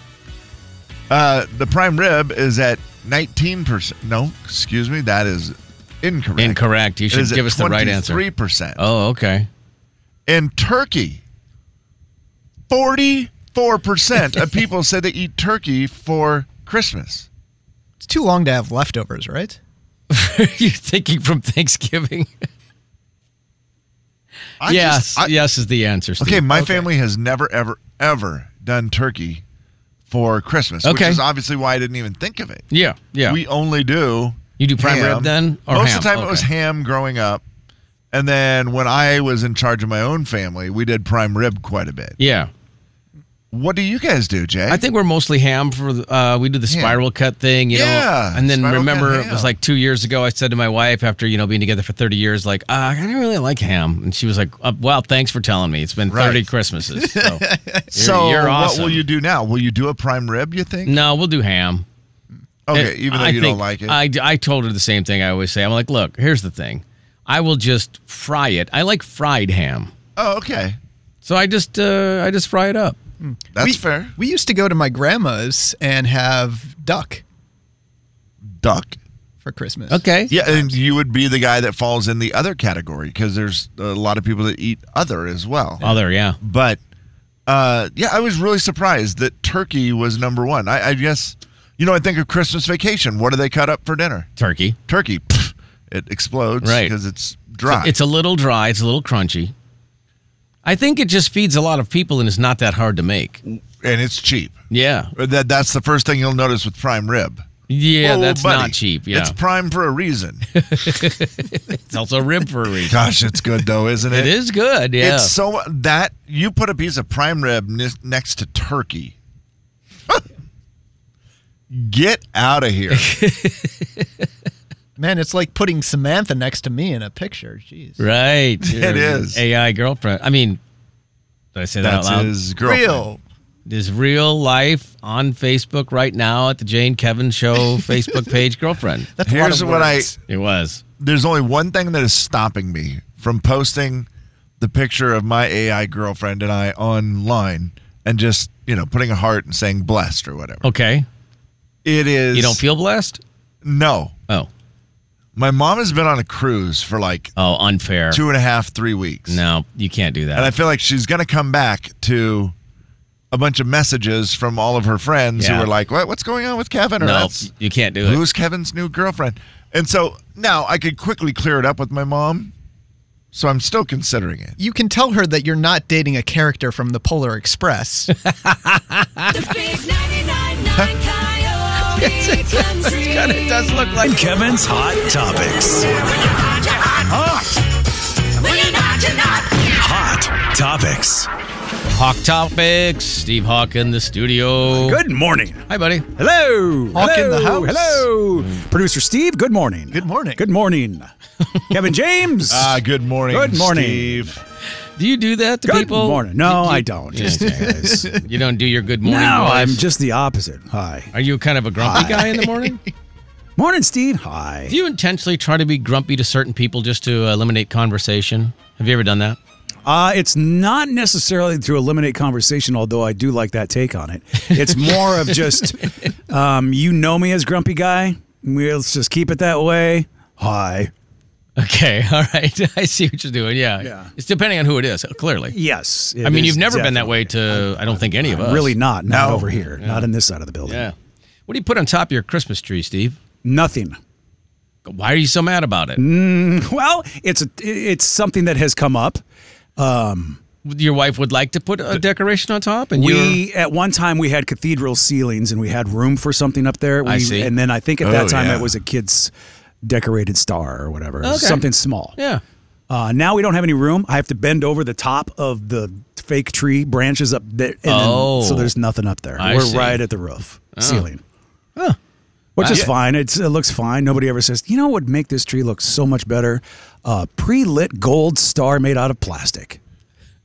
Speaker 7: Uh, the prime rib is at 19%. No, excuse me. That is incorrect.
Speaker 6: Incorrect. You
Speaker 7: It
Speaker 6: should
Speaker 7: is at
Speaker 6: give us the right answer.
Speaker 7: 23%.
Speaker 6: Oh, okay. [LAUGHS]
Speaker 7: In Turkey, 44%
Speaker 6: [LAUGHS]
Speaker 7: of people said they eat turkey for Christmas.
Speaker 8: It's too long to have leftovers, right?
Speaker 6: You're thinking from Thanksgiving?
Speaker 7: I
Speaker 6: yes.
Speaker 7: just- I-
Speaker 6: yes is the answer. Steve.
Speaker 7: Okay, my family has never, ever, ever done turkey for Christmas,
Speaker 6: Okay.
Speaker 7: which is obviously why I didn't even think of it.
Speaker 6: Yeah. Yeah.
Speaker 7: We only do.
Speaker 6: you do prime
Speaker 7: ham.
Speaker 6: rib then? Or
Speaker 7: Most
Speaker 6: ham?
Speaker 7: of the time it was
Speaker 6: Okay.
Speaker 7: ham growing up. And then when I was in charge of my own family, we did prime rib quite a bit.
Speaker 6: Yeah.
Speaker 7: What do you guys do, Jay?
Speaker 6: I think we're mostly ham for the- uh, we do the
Speaker 7: Yeah.
Speaker 6: spiral cut thing, you
Speaker 7: Yeah,
Speaker 6: know. And then
Speaker 7: spiral cut
Speaker 6: remember, it
Speaker 7: ham.
Speaker 6: was like two years ago. I said to my wife after you know being together for thirty years, like uh, I don't really like ham, and she was like, uh, "Well, thanks for telling me. It's been
Speaker 7: Right.
Speaker 6: thirty Christmases."
Speaker 7: [LAUGHS]
Speaker 6: So, you're,
Speaker 7: so
Speaker 6: you're awesome.
Speaker 7: what will you do now? Will you do a prime rib, you think?
Speaker 6: No, we'll do ham.
Speaker 7: Okay,
Speaker 6: It-
Speaker 7: even though
Speaker 6: I
Speaker 7: you don't
Speaker 6: think-
Speaker 7: like it.
Speaker 6: I, I told her the same thing I always say. I'm like, look, here's the thing. I will just fry it. I like fried ham.
Speaker 7: oh, okay.
Speaker 6: So I just uh, I just fry it up.
Speaker 7: That's
Speaker 8: we,
Speaker 7: fair.
Speaker 8: We used to go to my grandma's and have duck
Speaker 7: Duck.
Speaker 8: for Christmas.
Speaker 6: Okay.
Speaker 7: Yeah, and you would be the guy that falls in the other category because there's a lot of people that eat other as well.
Speaker 6: Other, yeah.
Speaker 7: But uh, yeah, I was really surprised that turkey was number one. I, I guess, you know, I think of Christmas vacation. What do they cut up for dinner?
Speaker 6: Turkey.
Speaker 7: Turkey. Pff, it explodes
Speaker 6: Right.
Speaker 7: because it's dry.
Speaker 6: It's a little dry, it's a little crunchy. I think it just feeds a lot of people and it's not that hard to make.
Speaker 7: and it's cheap.
Speaker 6: Yeah.
Speaker 7: That that's the first thing you'll notice with prime rib.
Speaker 6: Yeah,
Speaker 7: Whoa,
Speaker 6: that's
Speaker 7: buddy.
Speaker 6: not cheap. Yeah.
Speaker 7: It's
Speaker 6: It's,
Speaker 7: prime for a reason.
Speaker 6: also rib for
Speaker 7: [LAUGHS]
Speaker 6: a reason.
Speaker 7: Gosh, it's good though, isn't it?
Speaker 6: [LAUGHS] It is good. Yeah.
Speaker 7: It's so that you put a piece of prime rib ne- next to turkey. [LAUGHS] Get out of here.
Speaker 8: Man, it's like putting Samantha next to me in a picture. Jeez.
Speaker 7: [LAUGHS]
Speaker 6: right. It is
Speaker 7: is.
Speaker 6: AI girlfriend. I mean, did I say that
Speaker 7: That's
Speaker 6: out loud?
Speaker 7: his girlfriend.
Speaker 8: Real.
Speaker 6: is real life on Facebook right now at the Jane Kevin
Speaker 7: [LAUGHS]
Speaker 6: Show Facebook page girlfriend.
Speaker 8: That's a lot
Speaker 7: Here's
Speaker 8: of
Speaker 7: what I
Speaker 8: words.
Speaker 6: It was.
Speaker 7: there's only one thing that is stopping me from posting the picture of my AI girlfriend and I online and just, you know, putting a heart and saying
Speaker 6: Oh,
Speaker 7: blessed or whatever.
Speaker 6: Okay.
Speaker 7: It is
Speaker 6: You don't feel blessed?
Speaker 7: No.
Speaker 6: Oh.
Speaker 7: My mom has been on a cruise for like
Speaker 6: oh unfair
Speaker 7: two and a half three weeks,
Speaker 6: No, you can't do that.
Speaker 7: and I feel like she's gonna come back to a bunch of messages from all of her friends
Speaker 6: Yeah.
Speaker 7: who were like, "What? What's going on with Kevin?" Or
Speaker 6: no,
Speaker 7: that's
Speaker 6: you can't do it.
Speaker 7: who's Kevin's new girlfriend? And so now I could quickly clear it up with my mom. So I'm still considering it.
Speaker 8: You can tell her that you're not dating a character from the Polar Express.
Speaker 6: [LAUGHS]
Speaker 9: Country.
Speaker 6: it does look like
Speaker 4: Kevin's hot topics.
Speaker 9: Hot. When you're not, you're not.
Speaker 4: Hot topics.
Speaker 6: Hawk topics. Steve Hawk in the studio.
Speaker 14: Good morning.
Speaker 6: Hi, buddy.
Speaker 14: Hello.
Speaker 6: Hawk
Speaker 14: Hello.
Speaker 6: in the house.
Speaker 14: Hello. Producer Steve, good morning. Good morning. Good morning. Kevin James.
Speaker 7: Ah, good morning.
Speaker 14: Good morning.
Speaker 7: Steve.
Speaker 6: Do you do that to
Speaker 14: Good
Speaker 6: people?
Speaker 14: morning. No,
Speaker 6: Do you-
Speaker 14: I don't.
Speaker 6: [LAUGHS] Yeah,
Speaker 14: Just-
Speaker 6: okay. you don't do your good morning.
Speaker 14: no,
Speaker 6: voice?
Speaker 14: I'm just the opposite. Hi.
Speaker 6: Are you kind of a grumpy guy in
Speaker 14: [LAUGHS]
Speaker 6: the morning?
Speaker 14: morning, Steve. Hi.
Speaker 6: Do you intentionally try to be grumpy to certain people just to uh, eliminate conversation? Have you ever done that?
Speaker 14: Uh, it's not necessarily to eliminate conversation, although I do like that take on it. It's more of
Speaker 6: [LAUGHS]
Speaker 14: just, um, you know me as grumpy guy. We- Let's just keep it that way. Hi.
Speaker 6: Okay, [LAUGHS] all right. I see what you're doing. Yeah. yeah. It's depending on who it is, clearly.
Speaker 14: Yes. it
Speaker 6: I mean,
Speaker 14: is
Speaker 6: you've never been that way to, I don't think, any of us.
Speaker 14: Really not. Not
Speaker 6: No.
Speaker 14: over here. Not in this side of the building.
Speaker 6: Yeah. What do you put on top of your Christmas tree, Steve?
Speaker 14: Nothing.
Speaker 6: Why are you so mad about it?
Speaker 14: Mm, well, it's a, it's something that has come up. Um,
Speaker 6: Your wife would like to put a decoration on top, and
Speaker 14: we at one time we had cathedral ceilings, and we had room for something up there. We,
Speaker 6: I see.
Speaker 14: And then I think at
Speaker 6: Oh,
Speaker 14: that time
Speaker 6: yeah.
Speaker 14: it was a kid's decorated star or whatever,
Speaker 6: Okay.
Speaker 14: something small.
Speaker 6: Yeah.
Speaker 14: Uh, now we don't have any room. I have to bend over the top of the fake tree branches up there, and
Speaker 6: Oh.
Speaker 14: then, so there's nothing up there.
Speaker 6: I
Speaker 14: We're
Speaker 6: see.
Speaker 14: right at the roof
Speaker 6: Oh.
Speaker 14: ceiling. Which
Speaker 6: Wow.
Speaker 14: is
Speaker 6: Yeah.
Speaker 14: fine. It's, it looks fine. Nobody ever says, you know what would make this tree look so much better? Uh, A pre lit gold star made out of plastic.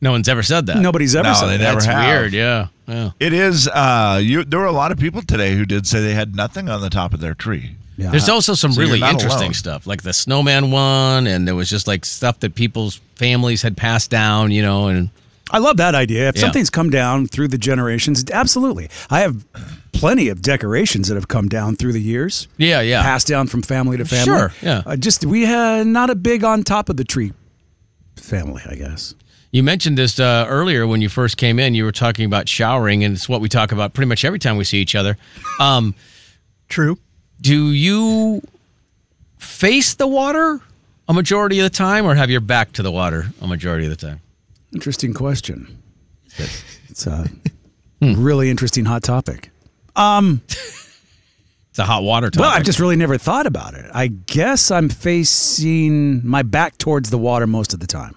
Speaker 6: No one's ever said that.
Speaker 14: Nobody's ever
Speaker 7: No,
Speaker 14: said
Speaker 7: Oh, they
Speaker 14: that.
Speaker 7: never
Speaker 14: That's
Speaker 7: have.
Speaker 6: Weird, yeah. yeah.
Speaker 7: It is. Uh, you. There were a lot of people today who did say they had nothing on the top of their tree.
Speaker 6: There's also some
Speaker 7: So you're
Speaker 6: really
Speaker 7: not
Speaker 6: interesting
Speaker 7: alone.
Speaker 6: stuff, like the snowman one, and there was just like stuff that people's families had passed down, you know, and
Speaker 14: I love that idea. If
Speaker 6: Yeah.
Speaker 14: something's come down through the generations, absolutely. I have plenty of decorations that have come down through the years.
Speaker 6: Yeah, yeah.
Speaker 14: Passed down from family to family.
Speaker 6: Sure, yeah.
Speaker 14: Uh, just we had not a big on top of the tree family, I guess.
Speaker 6: You mentioned this uh, earlier when you first came in. You were talking about showering, and it's what we talk about pretty much every time we see each other. Um,
Speaker 8: True.
Speaker 6: Do you face the water a majority of the time, or have your back to the water a majority of the time?
Speaker 14: Interesting question.
Speaker 7: [LAUGHS]
Speaker 14: It's a really interesting hot topic. Um,
Speaker 6: it's a hot water
Speaker 14: Well, I've
Speaker 6: topic.
Speaker 14: just really never thought about it. I guess I'm facing my back towards the water most of the time.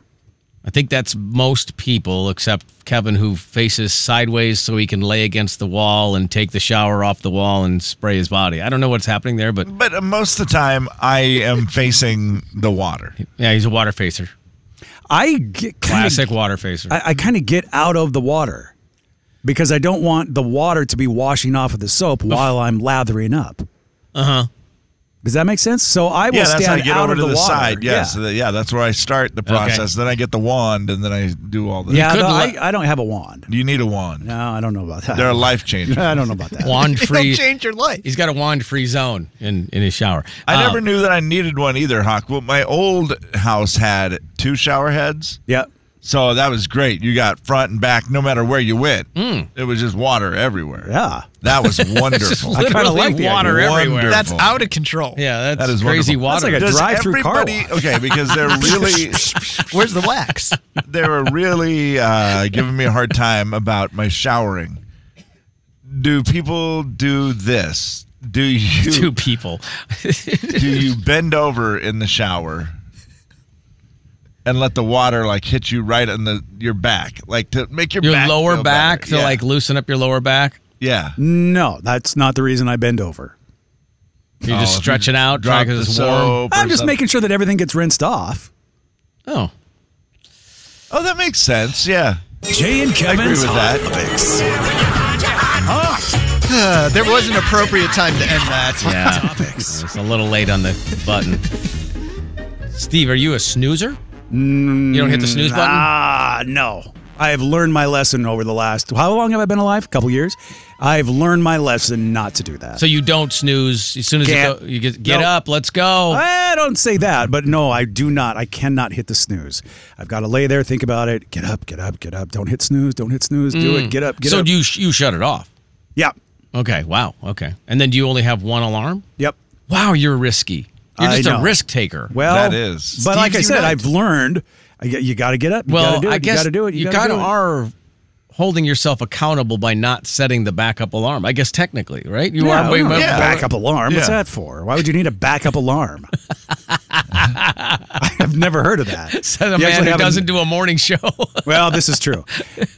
Speaker 6: I think that's most people, except Kevin, who faces sideways so he can lay against the wall and take the shower off the wall and spray his body. I don't know what's happening there, but
Speaker 7: But uh, most of the time, I am facing the water.
Speaker 6: yeah, he's a water facer.
Speaker 14: I get
Speaker 6: Classic water facer.
Speaker 8: [LAUGHS]
Speaker 14: I, I kind of get out of the water because I don't want the water to be washing off of the soap while I'm lathering up.
Speaker 6: Uh huh.
Speaker 14: Does that make sense? So I will
Speaker 7: Uh-huh. yeah,
Speaker 14: stand
Speaker 7: that's how I get
Speaker 14: out
Speaker 7: over
Speaker 14: of
Speaker 7: to the,
Speaker 14: water.
Speaker 7: side. Yeah,
Speaker 14: Yeah.
Speaker 7: yeah. So that, yeah, that's where I start the process. Then I get the wand, and then I do all this.
Speaker 14: Yeah, no, I, I don't have a wand.
Speaker 7: you need a wand.
Speaker 14: No, I don't know about that.
Speaker 7: They're a life
Speaker 14: [LAUGHS]
Speaker 7: changer.
Speaker 14: I don't know about
Speaker 7: [LAUGHS]
Speaker 14: that.
Speaker 6: Wand free.
Speaker 8: change your life.
Speaker 6: He's got a wand free zone in in his shower.
Speaker 7: I
Speaker 6: Um,
Speaker 7: never knew that I needed one either, Hawk. Well, my old house had two shower heads.
Speaker 14: Yep.
Speaker 7: So that was great. You got front and back, no matter where you went.
Speaker 6: Hmm.
Speaker 7: It was just water everywhere.
Speaker 14: Yeah.
Speaker 7: That
Speaker 6: [LAUGHS]
Speaker 7: was wonderful.
Speaker 6: I kinda Literally like the water idea. everywhere.
Speaker 8: That's out of control.
Speaker 6: Yeah, that's
Speaker 7: That is
Speaker 6: crazy
Speaker 7: wonderful.
Speaker 6: water.
Speaker 7: Does everybody- Okay, because they're
Speaker 6: [LAUGHS]
Speaker 7: really
Speaker 8: Where's the wax?
Speaker 7: they were really uh, giving me a hard time about my showering. Do people do this? Do you
Speaker 6: Two [LAUGHS] people.
Speaker 7: do you bend over in the shower and let the water like hit you right on the your back, like to make your
Speaker 6: your
Speaker 7: back
Speaker 6: lower
Speaker 7: feel
Speaker 6: back
Speaker 7: better?
Speaker 6: to
Speaker 7: Yeah.
Speaker 6: like loosen up your lower back.
Speaker 7: yeah.
Speaker 14: No, that's not the reason I bend over.
Speaker 6: You're
Speaker 7: Oh, if
Speaker 6: just
Speaker 7: you
Speaker 6: stretching out,
Speaker 7: drop
Speaker 6: trying 'cause
Speaker 7: the
Speaker 6: it's warm.
Speaker 7: soap or
Speaker 14: I'm just
Speaker 7: something.
Speaker 14: making sure that everything gets rinsed off.
Speaker 6: Oh,
Speaker 7: Oh, that makes sense. Yeah.
Speaker 4: Jay and
Speaker 7: I agree
Speaker 4: Kevin's
Speaker 14: [LAUGHS]
Speaker 7: with
Speaker 4: hot
Speaker 7: that.
Speaker 4: topics.
Speaker 8: Uh, there was an appropriate time to end that.
Speaker 6: yeah. it's a little late on the button.
Speaker 14: Mm,
Speaker 6: Steve, are you a snoozer? You don't hit the snooze button?
Speaker 14: Ah, no. I have learned my lesson over the last how long have I been alive? A couple years. I've learned my lesson not to do that.
Speaker 6: So you don't snooze as soon as you,
Speaker 14: Can't.
Speaker 6: go, you get, get
Speaker 14: Nope.
Speaker 6: up. Let's go.
Speaker 14: I don't say that, but no, I do not. I cannot hit the snooze. I've got to lay there, think about it. Get up, get up, get up. Don't hit snooze. Don't hit snooze. Do
Speaker 6: Mm.
Speaker 14: it. Get up. Get
Speaker 6: so
Speaker 14: up.
Speaker 6: you sh- you shut it off.
Speaker 14: Yeah.
Speaker 6: Okay. Wow. Okay. And then do you only have one alarm?
Speaker 14: Yep.
Speaker 6: Wow, you're risky. You're
Speaker 14: I
Speaker 6: just a
Speaker 14: know.
Speaker 6: risk taker.
Speaker 14: Well, But like I said, I've learned. I, get- you got to get up. You
Speaker 6: well,
Speaker 14: gotta do it,
Speaker 6: I guess
Speaker 14: you got to do it.
Speaker 6: You,
Speaker 14: gotta
Speaker 6: kind of
Speaker 14: do it.
Speaker 6: are holding yourself accountable by not setting the backup alarm. I guess technically, right? You
Speaker 14: yeah,
Speaker 6: are way
Speaker 14: well,
Speaker 6: more-
Speaker 14: yeah.
Speaker 6: [LAUGHS]
Speaker 14: backup alarm. What's
Speaker 6: Yeah.
Speaker 14: that for? Why would you need a backup alarm? [LAUGHS] I've never heard of that.
Speaker 6: Said a
Speaker 14: You
Speaker 6: man
Speaker 14: actually
Speaker 6: who
Speaker 14: have a-
Speaker 6: doesn't do a morning show. [LAUGHS]
Speaker 14: well, this is true.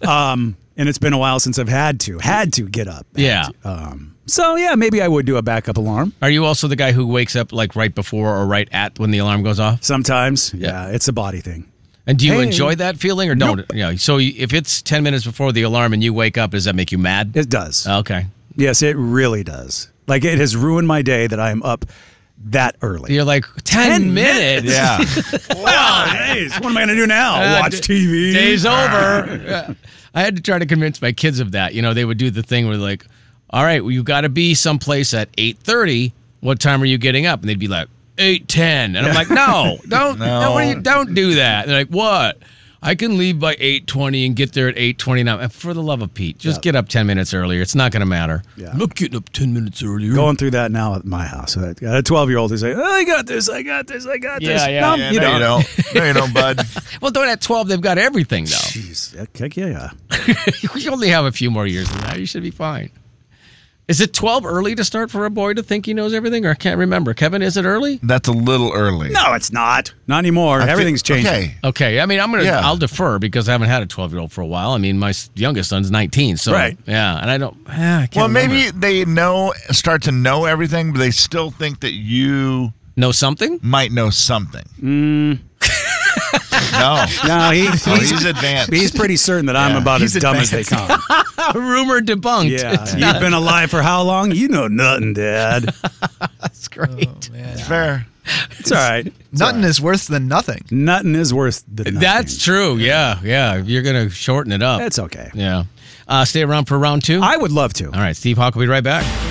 Speaker 14: Um, and it's been a while since I've had to had to get up.
Speaker 6: yeah.
Speaker 14: Um, so yeah, maybe I would do a backup alarm.
Speaker 6: Are you also the guy who wakes up like right before or right at when the alarm goes off?
Speaker 14: Sometimes. Yeah, Uh, it's a body thing.
Speaker 6: And do you
Speaker 14: Hey.
Speaker 6: enjoy that feeling or don't? Yeah. So you- if it's 10 minutes before the alarm and you wake up, does that make you mad?
Speaker 14: It does.
Speaker 6: Okay.
Speaker 14: Yes, it really does. Like it has ruined my day that I am up that early.
Speaker 6: You're like 10, minutes.
Speaker 14: Yeah. [LAUGHS] well, geez, what am I going to do now?
Speaker 6: Uh,
Speaker 14: Watch
Speaker 6: d-
Speaker 14: TV.
Speaker 6: Day's [LAUGHS] over. I had to try to convince my kids of that. You know, they would do the thing where like, "All right, well, you got to be someplace at 8:30. What time are you getting up?" And they'd be like, "8:10." And I'm like, [LAUGHS] "No, don't no. what do you, don't do that." And they're like, "What?" I can leave by 8:20 and get there at 8:29. And For the love of Pete, just get up 10 minutes earlier. It's not going to matter. Yeah. I'm not getting up 10 minutes earlier.
Speaker 14: Going through that now at my house. A 12 year old is like, "Oh, I got this. I got this. I got this. No, you, don't.
Speaker 7: No, you don't, bud.
Speaker 6: well, don't at 12 they've got everything though.
Speaker 14: Jeez, heck yeah, yeah.
Speaker 6: [LAUGHS] you only have a few more years than that. You should be fine. Is it 12 early to start for a boy to think he knows everything? Or I can't remember. Kevin, is it early?
Speaker 7: That's a little early.
Speaker 14: No, it's not. Not anymore.
Speaker 7: I feel-
Speaker 14: [LAUGHS] Everything's changing.
Speaker 7: okay.
Speaker 6: Okay. I mean, I'm going to,
Speaker 14: Yeah.
Speaker 6: I'll defer because I haven't had a 12 year old for a while. I mean, my s- youngest son's 19. So,
Speaker 7: Right.
Speaker 6: yeah. And I don't, yeah, I can't
Speaker 7: Well, maybe
Speaker 6: remember.
Speaker 7: they know start to know everything, but they still think that you
Speaker 6: know something.
Speaker 7: Might know something.
Speaker 14: Mm.
Speaker 7: [LAUGHS] no,
Speaker 14: No, he-
Speaker 7: Oh, he's,
Speaker 14: he's-
Speaker 7: advanced.
Speaker 14: He's pretty certain that I'm
Speaker 7: Yeah.
Speaker 14: about
Speaker 7: He's
Speaker 14: as dumb as they
Speaker 7: advanced.
Speaker 14: come.
Speaker 6: Rumor debunked.
Speaker 14: Yeah,
Speaker 6: It's
Speaker 14: you've
Speaker 6: not-
Speaker 14: been alive for how long? You know nothing, Dad.
Speaker 6: That's great.
Speaker 7: Fair.
Speaker 14: It's all right.
Speaker 8: Oh, Nothing is worse than nothing.
Speaker 14: Nothing is worth the. nothing.
Speaker 6: [LAUGHS] That's true. Yeah. Yeah. You're going to shorten it up.
Speaker 14: That's okay.
Speaker 6: Yeah. Uh, stay around for round two?
Speaker 14: I would love to.
Speaker 6: All right. Steve Hawk will be right back.